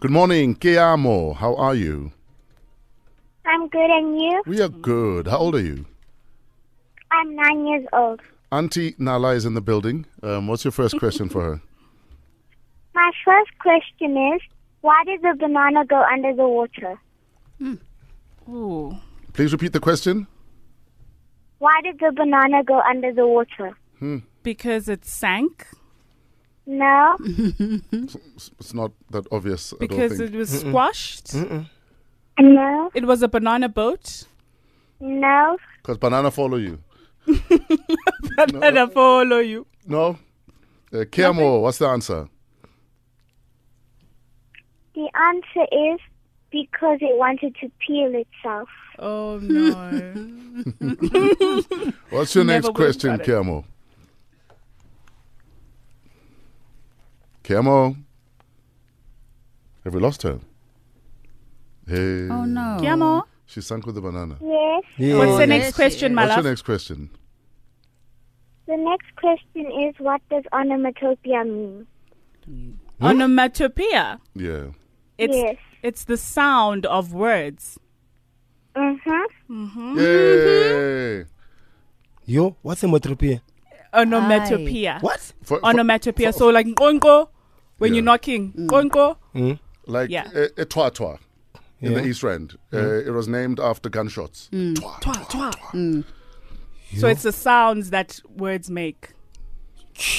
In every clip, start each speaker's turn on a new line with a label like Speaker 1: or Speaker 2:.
Speaker 1: Good morning, que amo. How are you?
Speaker 2: I'm good, and you?
Speaker 1: We are good. How old are you?
Speaker 2: I'm nine years old.
Speaker 1: Auntie Nala is in the building. Um, what's your first question for her?
Speaker 2: My first question is why does the banana go under the water?
Speaker 3: Ooh.
Speaker 1: Please repeat the question.
Speaker 2: Why did the banana go under the water?
Speaker 3: Because it sank?
Speaker 2: No,
Speaker 1: It's, it's not that obvious. I don't
Speaker 3: Because
Speaker 1: think.
Speaker 3: it was squashed?
Speaker 2: no,
Speaker 3: It was a banana boat?
Speaker 2: no.
Speaker 1: Because banana follow you.
Speaker 3: Banana follow you.
Speaker 1: No. Uh, que amo. What's the answer?
Speaker 2: The answer is because it wanted to peel itself.
Speaker 3: Oh, no.
Speaker 1: What's your
Speaker 3: Never
Speaker 1: next
Speaker 3: would have
Speaker 1: question,
Speaker 3: got it.
Speaker 1: que amo? Que amo. Have we lost her? Hey.
Speaker 4: Oh no.
Speaker 3: Chiamo?
Speaker 1: She sank with the banana.
Speaker 2: Yes.
Speaker 5: Yeah.
Speaker 3: What's the
Speaker 4: there
Speaker 3: next
Speaker 4: she
Speaker 3: question, my
Speaker 1: What's your
Speaker 3: love?
Speaker 1: next question?
Speaker 2: The next question is what does onomatopoeia mean?
Speaker 3: Onomatopoeia.
Speaker 1: Yeah.
Speaker 3: It's,
Speaker 2: Yes.
Speaker 3: it's the sound of words.
Speaker 2: Mm-hmm.
Speaker 1: Yay!
Speaker 5: Mm-hmm. Yo, what's a metropia?
Speaker 3: Onomatopoeia.
Speaker 5: What?
Speaker 1: For- for-
Speaker 3: Onomatopoeia. So, like, nkonko, when
Speaker 1: Yeah.
Speaker 3: you're knocking. Nkonko.
Speaker 1: like
Speaker 3: Yeah.
Speaker 1: eh, eh, Twa Twa in
Speaker 5: Yeah.
Speaker 1: the East Rand. Eh, it was named after gunshots. Twa, twa, twa.
Speaker 3: So, it's the sounds that words make.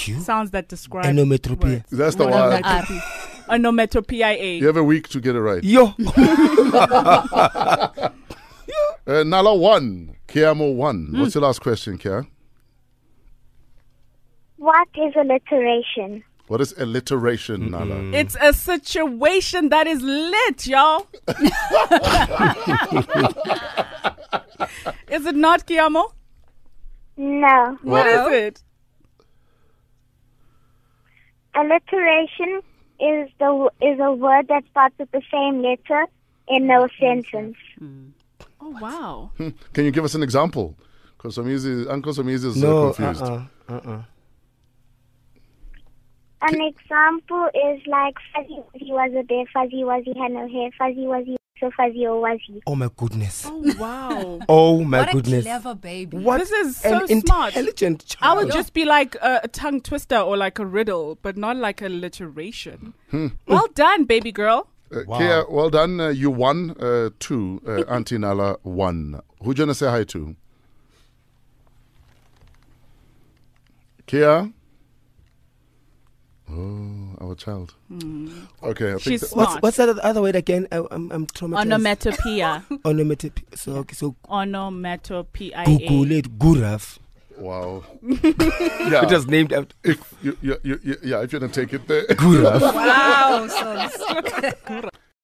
Speaker 5: Yo.
Speaker 3: Sounds that describe.
Speaker 5: Onomatopoeia.
Speaker 3: words.
Speaker 1: That's the one.
Speaker 4: Ah,
Speaker 3: Onomatopoeia.
Speaker 1: You have a week to get it right.
Speaker 5: Yo.
Speaker 1: Uh, Nala one, Kiamo one. What's your last question, Kia?
Speaker 2: What is alliteration?
Speaker 1: What is alliteration, Nala?
Speaker 3: It's a situation that is lit, y'all. is it not, Kiamo?
Speaker 2: No.
Speaker 3: What
Speaker 4: No.
Speaker 3: is it?
Speaker 2: Alliteration is the w- is a word that starts with the same letter in a sentence.
Speaker 3: Oh wow!
Speaker 1: Hmm. Can you give us an example? Because Somizi, Uncle Somizi is uh,
Speaker 5: No.
Speaker 1: confused.
Speaker 5: Uh-uh. Uh-uh.
Speaker 2: An example is like fuzzy wuzzy was a bear, fuzzy wuzzy had no hair, fuzzy wuzzy so fuzzy or wuzzy.
Speaker 5: Oh my goodness.
Speaker 3: Oh wow!
Speaker 5: Oh my
Speaker 4: What a
Speaker 5: goodness.
Speaker 4: clever baby.
Speaker 5: What
Speaker 3: This is so
Speaker 5: an
Speaker 3: smart.
Speaker 5: intelligent
Speaker 3: I
Speaker 5: child.
Speaker 3: would just be like a, a tongue twister or like a riddle, but not like alliteration. Well done, baby girl.
Speaker 1: Uh, Kia, well done. Uh, you won uh, two. Uh, Auntie Nala one. Who do you want to say hi to? Kia. Oh, our child. Okay, I think
Speaker 3: She's
Speaker 1: that-
Speaker 5: What's,
Speaker 3: smart.
Speaker 5: what's that other word again? I, I'm, I'm traumatized.
Speaker 3: Onomatopoeia.
Speaker 5: Onomatopoeia. So, okay, so Google
Speaker 3: Onomatopoeia.
Speaker 5: it. Guraf.
Speaker 1: Wow. yeah.
Speaker 5: It was named after
Speaker 1: if you, you, you, you, yeah, if you're gonna take it there.
Speaker 5: Guraf.
Speaker 4: Wow, so